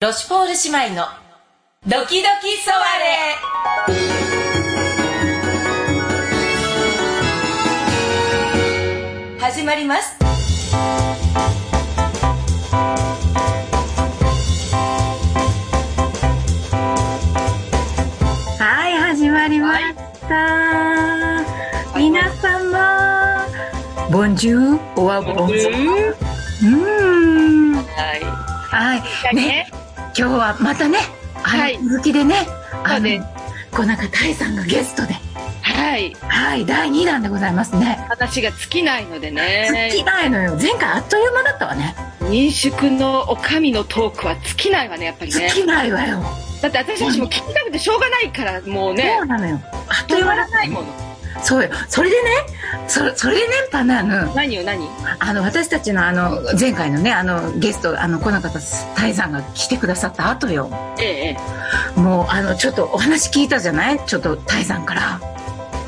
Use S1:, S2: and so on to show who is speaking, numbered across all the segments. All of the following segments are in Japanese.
S1: ロシュポール姉妹のドキドキソワレ始まります
S2: はい、始まりました。皆様、ボンジュー、オアボンジュー。うーん。
S3: は
S2: はい、
S3: い。
S2: ね、今日はまたね、は
S3: はいい、
S2: 続きでね、
S3: そ
S2: の
S3: うです、
S2: こうなんか、タイさんがゲストで、
S3: はい。
S2: はい、第2弾でございますね。
S3: 話が尽きないので
S2: 尽き
S3: ね。
S2: ないのよ。前回あっという間だったわね。
S3: 民宿のおかみのトークは尽きないわね、やっぱり
S2: 尽
S3: ね。
S2: きないわよ。
S3: だって私たちも聞きたくてしょうがないから、もうね
S2: そう。なのよ。あっとい
S3: 止
S2: う
S3: ま
S2: 間だ
S3: ら
S2: っ
S3: ないもの。
S2: た。そうよ。それでね、そ、それでね、パナーヌ。
S3: 何よ、何
S2: あの私たちのあの前回のねあのゲストあの来なかったタイさんが来てくださった後よ
S3: ええ、
S2: もうあのちょっとお話聞いたじゃないちょっとタイさんから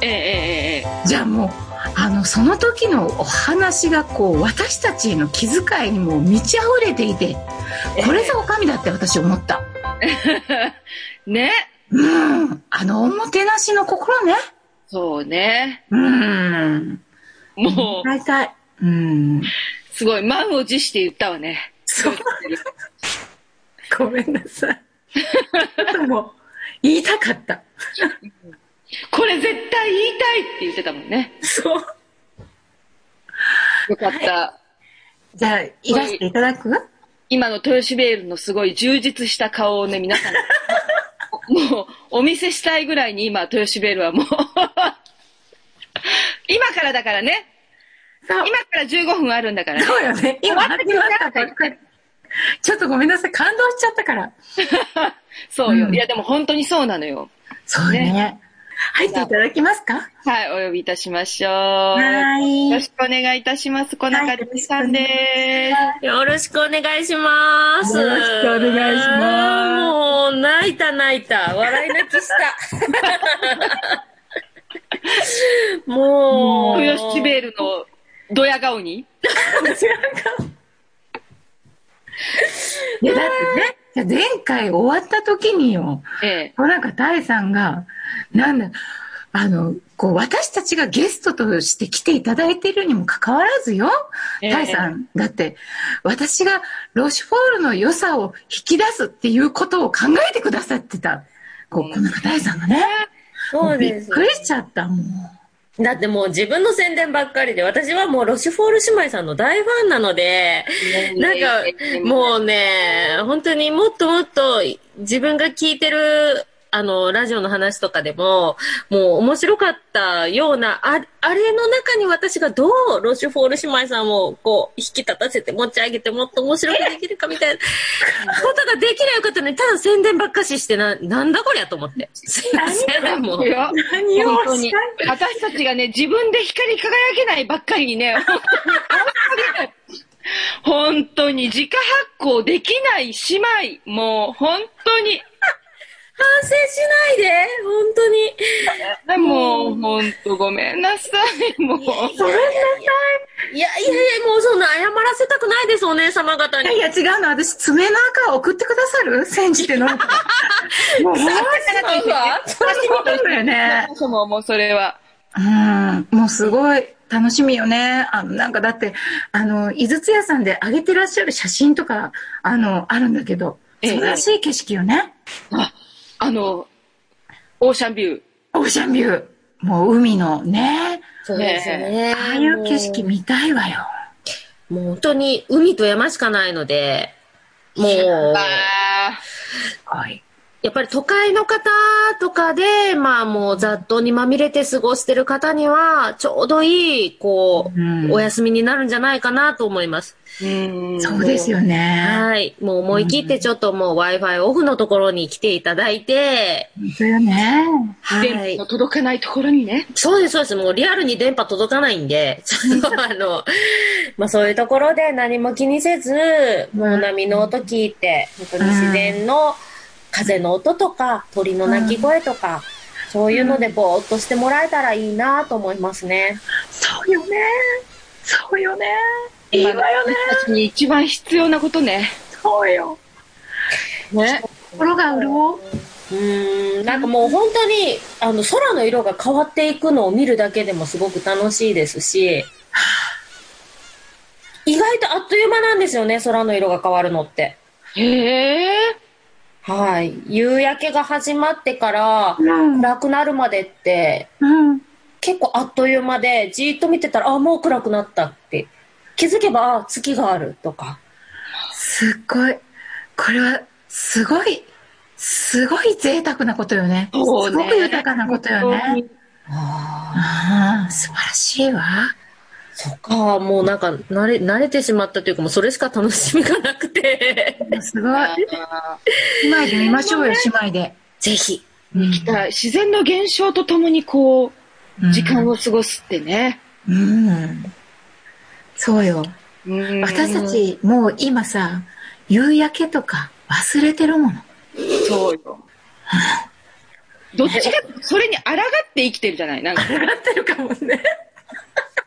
S3: ええ、ええ、え
S2: じゃあもうあのその時のお話がこう私たちへの気遣いにもう満ち溢れていてこれぞおかみだって私思った
S3: え。ね。
S2: うんあのおもてなしの心ね
S3: そうね。
S2: うん
S3: もう、
S2: 大体うん
S3: すごい、満を持して言ったわね。
S2: そうごめんなさいちょっともう言いたかった
S3: これ絶対言いたいって言ってたもんね。
S2: そう
S3: よかった。
S2: じゃあ、いらしていただく
S3: 今の豊シベールのすごい充実した顔をね、皆 さんに、もう、お見せしたいぐらいに今、豊シベールはもう、今からだからね。
S2: そう
S3: 今から15分あるんだからね。
S2: そうよね。今始まったばっかり。ちょっとごめんなさい。感動しちゃったから。
S3: そうよ。
S2: うん
S3: いや、でも本当にそうなのよ。
S2: そうね。入っていただきますか
S3: はい、お呼びいたしましょう。
S2: はい
S3: よろしくお願いいたします。小中瑠璃さんで
S4: よろしくお願いします。
S2: よろしくお願いします
S4: もう、泣いた泣いた。笑い泣きした。もう、
S3: す。豊シベールのドヤ顔に。
S2: いや、だってね、前回終わった時によ、
S3: ええ。
S2: こうなんか大さんが、なんだ、あの、こう、私たちがゲストとして来ていただいているにもかかわらずよ、
S3: ええ
S2: タイさん、だって、私がロシュフォールの良さを引き出すっていうことを考えてくださってた。こ
S3: うん
S2: う、この大さんがね。
S4: そう
S2: び
S4: で
S2: っ
S4: す。
S2: くりしちゃった、もう。
S4: だってもう自分の宣伝ばっかりで、私はもうロシュフォール姉妹さんの大ファンなので、なんか、もうね、本当にもっともっと自分が聞いてる、あの、ラジオの話とかでも、もう面白かったような、ああれの中に私がどうロシュフォール姉妹さんをこう、引き立たせて持ち上げてもっと面白くできるかみたいな、 ことができればよかったのに、ただ宣伝ばっかししてな、なんだこりゃと思って。すいません、もう
S3: い。や
S2: 何
S3: 本当に。私たちがね、自分で光り輝けないばっかりにね、本当に、本当に自家発行できない姉妹、もう本当に、
S4: 反省しないで、本当に。
S3: もう本当ごめんなさい、もう。
S4: ごめんなさい。いやいやいや、もうそんな謝らせたくないです、お姉様方
S2: い
S4: に
S2: や。いや、違うの。私、爪の赤を送ってくださる煎じて 飲むから。もう、本
S4: そうか
S2: 当にそうだよね。
S3: そもそももうそれは。
S2: うん、もうすごい楽しみよね。あの、なんかだって、あの、井筒屋さんで上げてらっしゃる写真とか、あの、あるんだけど、
S3: ええ
S2: 素晴らしい景色よね。
S3: あ、あの、オーシャンビュー。
S2: オーシャンビュー。もう海のね、
S4: そうですね。
S2: ああいう景色見たいわよ。
S4: もう本当に海と山しかないので、もう、
S3: あ
S2: はい。
S4: やっぱり都会の方とかで、まあもう雑踏にまみれて過ごしてる方には、ちょうどいい、こう、
S2: うん
S4: お休みになるんじゃないかなと思います。
S3: ーうん。
S2: そうですよね。
S4: はい。もう思い切ってちょっともう Wi-Fi オフのところに来ていただいて、
S2: 本当よね。
S4: は
S3: 電
S4: い
S3: 波の。届かないところにね。
S4: そうです、そうです。もうリアルに電波届かないんで、 ちょっとあの、まあそういうところで何も気にせず、もう波の音聞いて、本当に自然の風の音とか、鳥の鳴き声とか、そういうのでぼーっとしてもらえたらいいなと思いますね。
S2: そうよね。そうよね。いい
S3: 今
S2: わよね。
S3: 私たちに一番必要なことね。
S2: そうよ。
S3: ね。
S2: 心が潤う。
S4: うーんなんかもう本当にあの空の色が変わっていくのを見るだけでもすごく楽しいですし意外とあっという間なんですよね空の色が変わるのって
S3: へえ。
S4: はい夕焼けが始まってから
S2: うん。
S4: 暗くなるまでって
S2: うん。
S4: 結構あっという間でじーっと見てたらあもう暗くなったって気づけばあ月があるとか
S2: すっごい。これは、すごい、すごい贅沢なことよね。
S3: そうね
S2: すごく豊かなことよね。
S4: あ
S2: ああ、素晴らしいわ。
S4: ーそっかもうなんか慣れ慣れてしまったというかもうそれしか楽しみがなくて
S2: すごい。姉妹で見ましょうよ、姉妹で。
S4: ぜひ
S2: うん
S3: だから自然の現象とともにこう、時間を過ごすってね。
S2: うん。そうよ。
S3: うん
S2: 私たち、もう今さ、夕焼けとか忘れてるもの。
S3: そうよ。どっちか、それに抗って生きてるじゃないなんか、
S4: なってるかもね。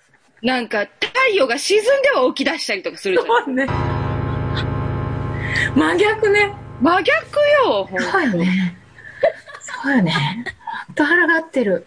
S3: なんか太陽が沈んでは起き出したりとかするじゃない
S4: そうね。真逆ね。
S3: 真逆よ、ほん
S2: そうよね。そうよね。ほんと腹がってる。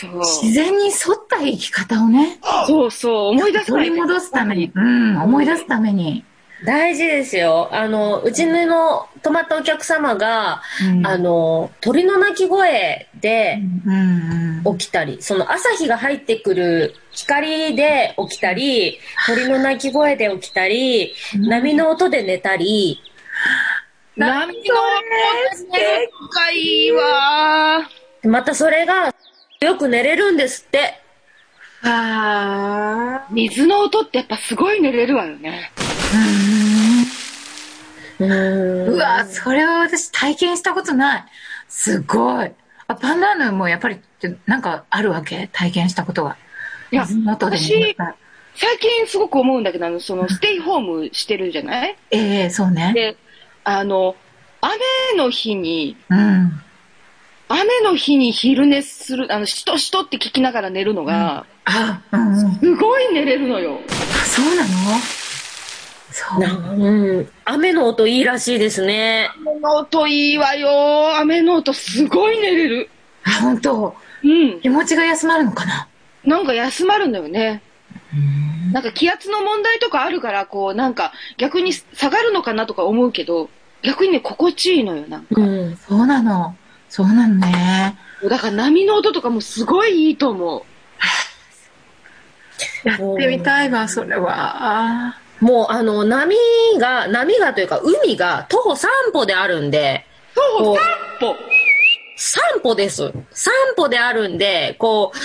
S3: そう。
S2: 自然に沿った生き方をね、
S3: そうそう、思い出さな
S2: 取
S3: い
S2: り
S3: で。
S2: 戻すために、うん、思い出すために。
S4: 大事ですよ。あの、うちの泊まったお客様が、
S2: うん
S4: あの、鳥の鳴き声で
S2: うんうん
S4: 起きたり、その朝日が入ってくる光で起きたり、鳥の鳴き声で起きたり、
S2: うん
S4: 波の音で寝たり、
S3: 波の音で深いわ。
S4: またそれがよく寝れるんですって。
S2: あー
S3: 水の音ってやっぱすごい寝れるわよね。
S4: う
S2: うんう
S4: ーん。
S2: わ、それは私体験したことない。すごい。あ、パンダーヌもやっぱり、なんかあるわけ体験したことが。
S3: いや、
S2: 水の音で
S3: 私
S2: ね。やっぱ
S3: 最近すごく思うんだけど、あの、その、ステイホームしてるじゃない
S2: ええそうね。
S3: で、あの、雨の日に、
S2: うん。
S3: 雨の日に昼寝する、あの、しとしとって聞きながら寝るのが、
S2: あ、うんうん。
S3: すごい寝れるのよ。
S2: あそうなのそう。
S4: なうん。雨の音いいらしいですね。
S3: 雨の音いいわよ。雨の音すごい寝れる。
S2: あ、本当
S3: うん。
S2: 気持ちが休まるのかな
S3: なんか休まるんだよね。なんか気圧の問題とかあるから、こう、なんか逆に下がるのかなとか思うけど、逆にね、心地いいのよ、なんか。
S4: うん。
S2: そうなの。そうなのね。
S3: だから波の音とかもすごいいいと思う。
S2: やってみたいわ、それは。
S4: もうあの波が、波がというか海が徒歩3歩であるんで、
S3: 徒
S4: こ
S3: 歩
S4: う
S3: 三歩
S4: 3歩です。3歩であるんで、こう、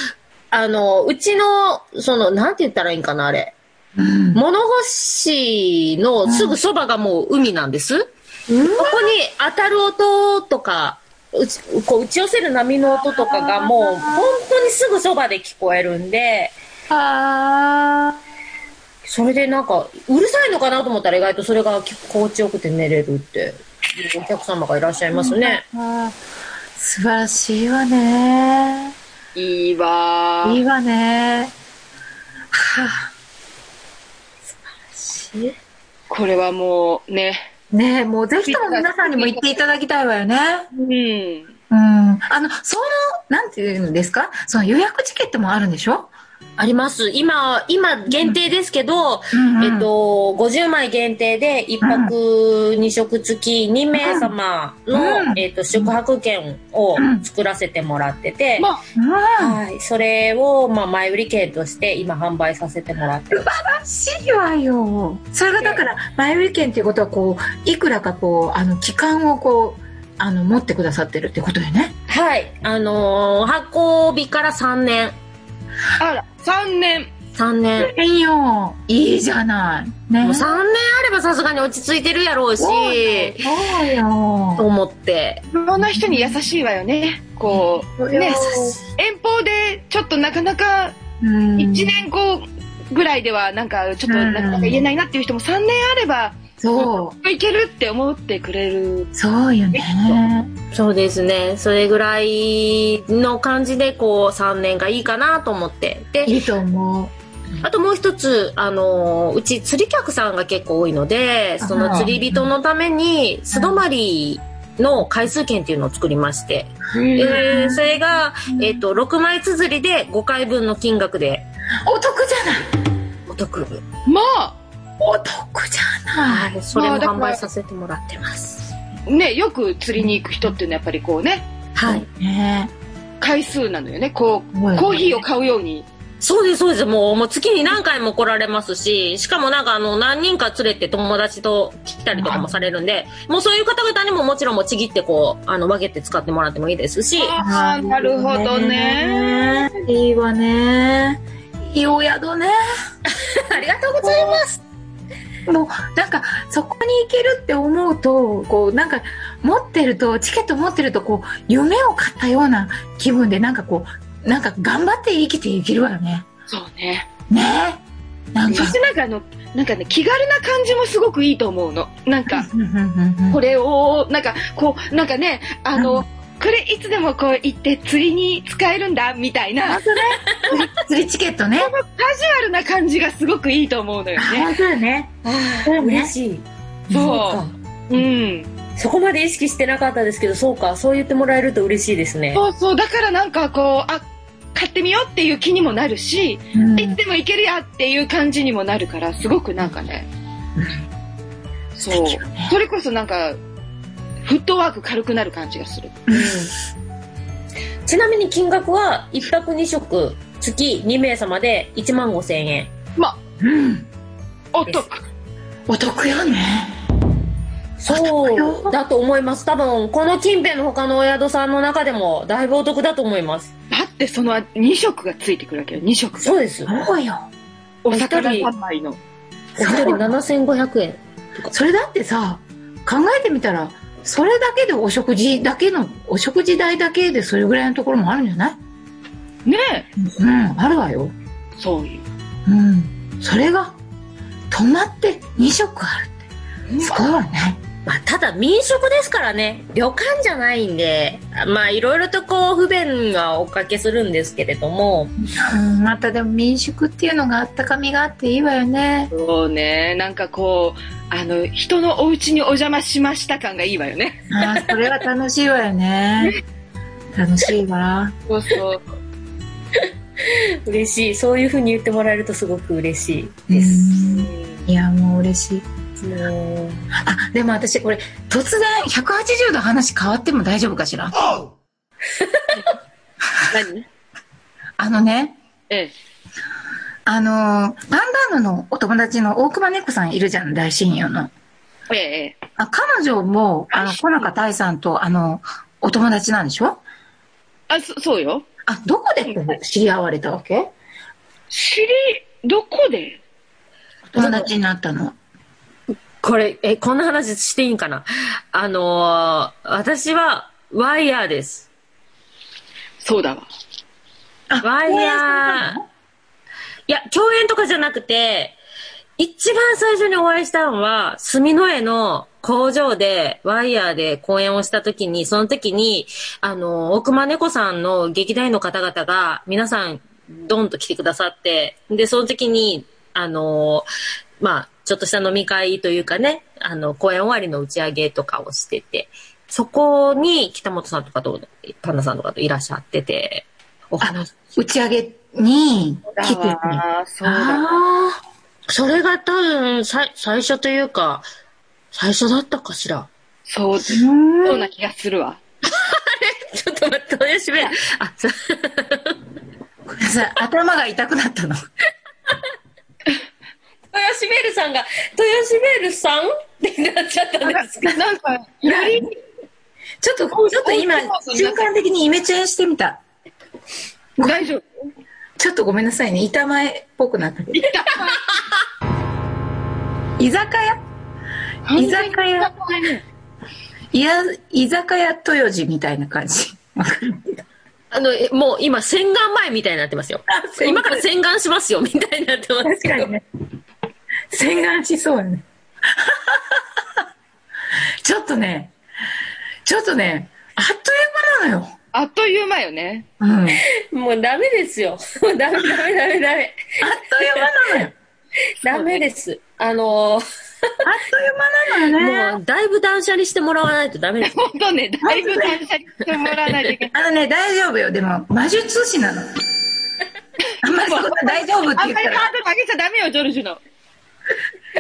S4: あの、うちの、その、なんて言ったらいいんかな、あれ。
S2: うん。
S4: 物干しのすぐそばがもう海なんです。ここに当たる音とか、打ちこう打ち寄せる波の音とかがもう本当にすぐそばで聞こえるんで、
S2: あ
S4: それでなんか、うるさいのかなと思ったら意外とそれが心地よくて寝れるって、お客様がいらっしゃいますね。
S2: あ。素晴らしいわね。
S3: いいわ
S2: い
S3: ー
S2: いわね。はあ。素晴らし
S3: これはもうね。
S2: い。ねえ、もうぜひとも皆さんにも行っていただきたいわよね。
S3: うん。
S2: うん。あの、その、なんていうんですかその予約チケットもあるんでしょ
S4: あります。今、今限定ですけど、
S2: うんうん
S4: えっと、50枚限定で、1泊2食付き2名様の、
S2: うん
S4: えっと、宿泊券を
S2: うん
S4: 作らせてもらってて、
S3: まあ、
S2: うん。
S4: はい。それを、まあ、前売り券として今販売させてもらってます。
S2: 素晴らしいわよ。それがだから、前売り券っていうことは、こう、いくらかこう、あの、期間をこう、あの、持ってくださってるってことよね。
S4: はい。あのー発行日から3年。
S3: あら、3年。
S4: 3年。
S2: えんよ。いいじゃない。ね
S4: もう。3年あればさすがに落ち着いてるやろうし、
S2: そう
S4: と
S2: よ。
S4: 思って。
S3: いろんな人に優しいわよね。こう、ね。遠方で、ちょっとなかなか、
S2: うん
S3: 1年後ぐらいでは、なんか、ちょっとなかなか言えないなっていう人も3年あれば、
S2: そ
S3: いけるって思ってくれる。
S2: う。そうよね。
S4: そうですね。それぐらいの感じで、こう、3年がいいかなと思って。で、
S2: いいと思う。
S4: あともう一つ、あのーうち釣り客さんが結構多いので、その釣り人のために素泊まりの回数券っていうのを作りまして、
S3: うん
S4: えーそれが、えっ、と、6枚綴りで5回分の金額で
S2: お得じゃない
S4: お得。
S3: まあ、
S2: お得じゃない
S4: はい、それも
S3: まあだか
S4: 販
S3: ら
S4: 売させてもらってます。
S3: ね、よく釣りに行く人っていうのはやっぱりこうね、
S4: はい。
S2: ね
S3: 回数なのよね。こう、
S2: うん
S3: コーヒーを買うように。
S4: そうです、そうです。もう、もう月に何回も来られますし、しかもなんかあの、何人か連れて友達と来たりとかもされるんで、もうそういう方々にももちろんもうちぎってこう、あの、分けて使ってもらってもいいですし、
S3: ああ、なるほど
S2: ね
S3: ね。
S2: いいわねいいお宿ね
S4: ありがとうございます。
S2: もうなんかそこに行けるって思うとこうなんか持ってるとチケット持ってるとこう夢を買ったような気分でなんかこうなんか頑張って生きていけるわよね
S3: そうね。
S2: ねえなん
S3: そ
S2: か
S3: してなんかあの、なんかね、気軽な感じもすごくいいと思うの。なんか、
S2: うんうんうんうん
S3: これを、なんか、こう、なんかね、あ
S2: う
S3: の、これいつでもこう行って釣りに使えるんだ、みたいな、カジ
S2: 釣りチケットね
S3: ュアルな感じがすごくいいと思うのよね。
S2: 本当だね
S4: 嬉しい。
S3: そ
S4: か。
S3: う。うん。
S4: そこまで意識してなかったですけど、そうか。そう言ってもらえると嬉しいですね。
S3: そうそう。だからなんかこう、あ、買ってみようっていう気にもなるし、
S2: うん
S3: いつでも行けるやっていう感じにもなるから、すごくなんかね。そう。それこそなんか、フットワーク軽くなる感じがする。
S4: うんちなみに金額は、一泊二食、月2名様で1万5千円。
S2: うん
S3: おっと、こ
S2: お得よね
S4: そうだと思います。多分、この近辺の他のお宿さんの中でも、だいぶお得だと思います。
S3: だってその2色がついてくるわけよ、2色。
S4: そうです。
S2: そうよ
S3: お魚
S4: 一人
S3: 3枚の。
S4: お一人7500円。
S2: それだってさ考えてみたらそれだけでお食事だけのお食事代だけでそれぐらいのところもあるんじゃない
S3: ね
S2: うんあるわよ
S3: え。そういう。
S2: うんそれが泊まって2食あるってすごいわね
S4: まあ、ただ民宿ですからね、旅館じゃないんで、まあ、いろいろとこう、不便はおかけするんですけれども、
S2: うんまたでも民宿っていうのがあったかみがあっていいわよね
S3: そうね。なんかこう、あの、人のお家にお邪魔しました感がいいわよね。
S2: あーそれは楽しいわよね 楽しいわ
S3: そうそう。
S4: 嬉しい。そういうふうに言ってもらえるとすごく嬉しい
S2: で
S4: です。
S2: すいやもう嬉しい
S4: もう
S2: あでも私これ突然180度話変わっても大丈夫かしら
S3: 何
S2: あのね
S3: ええ。
S2: あのーパンダーノのお友達の大熊猫さんいるじゃん、大親友の。
S3: ええ。
S2: あ彼女も、あの、
S3: はい
S2: 小中大さんと、あの、お友達なんでしょ
S3: あ、そそうよ。
S2: あ、どこで知り合われたわけ
S3: 知り、どこで
S2: 友達になったの。
S4: これ、え、こんな話していいんかなあのー私は、ワイヤーです。
S3: そうだわ。
S2: あ
S4: ワイ
S2: 共演さ
S4: ヤ
S2: れ
S4: ー。いや、共演とかじゃなくて、一番最初にお会いしたのは、住之江の工場で、ワイヤーで公演をした時に、その時に、あの、奥間猫さんの劇団員の方々が、皆さん、ドンと来てくださって、で、その時に、あの、まあ、ちょっとした飲み会というかね、あの、公演終わりの打ち上げとかをしてて、そこに北本さんとかと、パンダさんとかといらっしゃってて、お話
S2: 打ち上げに来てて。あ
S3: ああ、そうだわ。
S4: ああ、それが多分、さい、最初というか、最初だったかしら。
S3: そう、
S2: う
S3: そ
S2: ー
S3: うんな気がするわ。
S4: ちょっと待って、おしめ。あ、そ
S2: ごめんなさい頭が痛くなったの。
S4: 豊シベルさんが、豊シベルさんってなっちゃったんですけど。
S3: なんか、やり、
S2: ちょっと、ちょっと今、瞬間的にイメチェンしてみた。
S3: 大丈夫
S2: ちょっとごめんなさいね。板前っぽくなったけど。居酒屋居酒屋いや、居酒屋豊路みたいな感じ。
S4: あの、えもう今、洗顔前みたいになってますよ。 今から洗顔しますよ、みたいになってますけど。
S2: ね。洗顔しそうやね。 ちょっとね、ちょっとね、あっという間なのよ。
S3: あっという間よね。
S2: うん。あっ
S4: もうダメですよ。ダメダメダメダ
S2: と
S4: メ。
S2: いう間なのよ。
S4: ダメです。あの
S2: あっという間なのよね。
S4: もう、だいぶ断捨離してもらわないとダメです。
S3: 本当ね、だいぶ断捨離してもらわないといけない。
S2: あのね、大丈夫よ。でも、魔術師な の。あんまりそこは大丈夫って
S3: あん
S2: 言っ
S3: まり
S2: た
S3: ハ
S2: ら
S3: ードル上げちゃダメよ、ジョルジュの。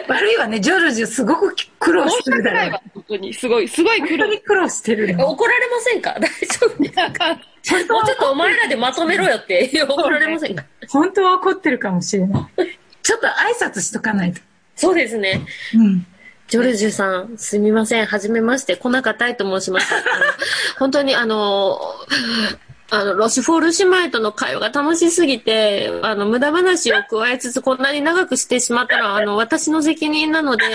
S2: 悪いわね。ジョルジュすごく苦労し
S3: 申して
S2: る
S3: 訳
S2: だ
S3: な
S2: ろ
S3: いうわ。、本当に。すごい、すごい苦
S2: 本
S3: 労
S2: 当。に苦労してるの。
S4: 怒られませんか大丈夫です。もうちょっとお前らでまとめろよって怒られませんか
S2: 本当は怒ってるかもしれない。ちょっと挨拶しとかないと。
S4: そうですね。
S2: うん。
S4: ジョルジュさん、すみません。はじめまして、小中大と申 します。あの本当にあの、あの、ロシュフォール姉妹との会話が楽しすぎて、あの、無駄話を加えつつ、こんなに長くしてしまったのは、あの、私の責任なので、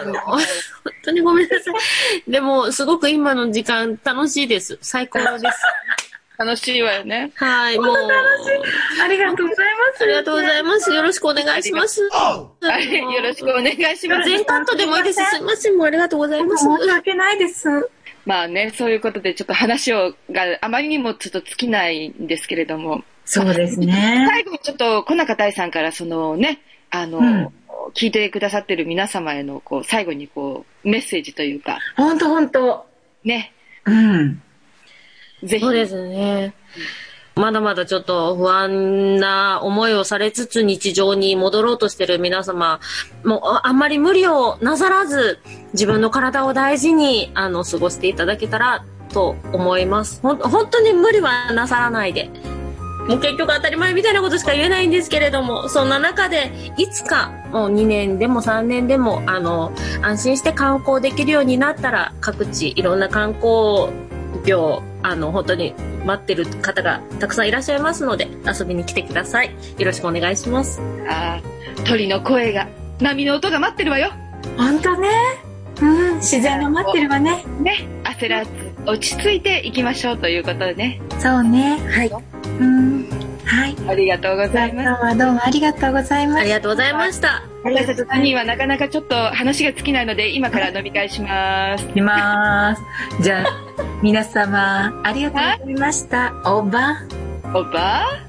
S4: あの、本当にごめんなさい。でも、すごく今の時間楽しいです。最高です。
S3: 楽しいわよね。
S4: はい、もう。
S2: ありがとうございます。
S4: ありがとうございます。よろしくお願いします。
S3: はい、よろしくお願いします。
S4: 全カットでもいいです。すいません。もうありがとうございます。
S2: 申し訳ないです。
S3: まあね、そういうことでちょっと話を、があまりにもちょっと尽きないんですけれども、
S2: そうです ね。
S3: 最後にちょっと小中大さんからそのね、あの、
S2: うん
S3: 聞いてくださってる皆様への、こう、最後にこう、メッセージというか、
S2: 本当本当。
S3: ね、
S2: うん。
S3: ぜひ。
S4: そうですね。まだまだちょっと不安な思いをされつつ日常に戻ろうとしてる皆様、もうああんまり無理をなさらず、自分の体を大事に、あの、過ごしていただけたらと思います。ほん、本当に無理はなさらないで。もう結局当たり前みたいなことしか言えないんですけれども、そんな中で、いつかもう2年でも3年でも、あの、安心して観光できるようになったら、各地いろんな観光業、あの、本当に待ってる方がたくさんいらっしゃいますので、遊びに来てください。よろしくお願いします。
S3: あー鳥の声が、波の音が待ってるわよ。
S2: 本当ね。うん。自然が待ってるわね。
S3: ね、焦らず、落ち着いていきましょうということでね。
S2: そうね。
S4: はい。
S2: うん。はい。
S3: ありがとうござい
S2: 今
S3: ま
S2: 日
S3: す。
S2: はどうもありがとうござい
S4: あ
S2: ま
S4: り
S2: す。
S4: がとうございました。
S3: 私たち3人はなかなかちょっと話が尽きないので、今から飲み会します。
S2: いきます。 じゃあ、皆様、ありがとうございました。おば。
S3: おば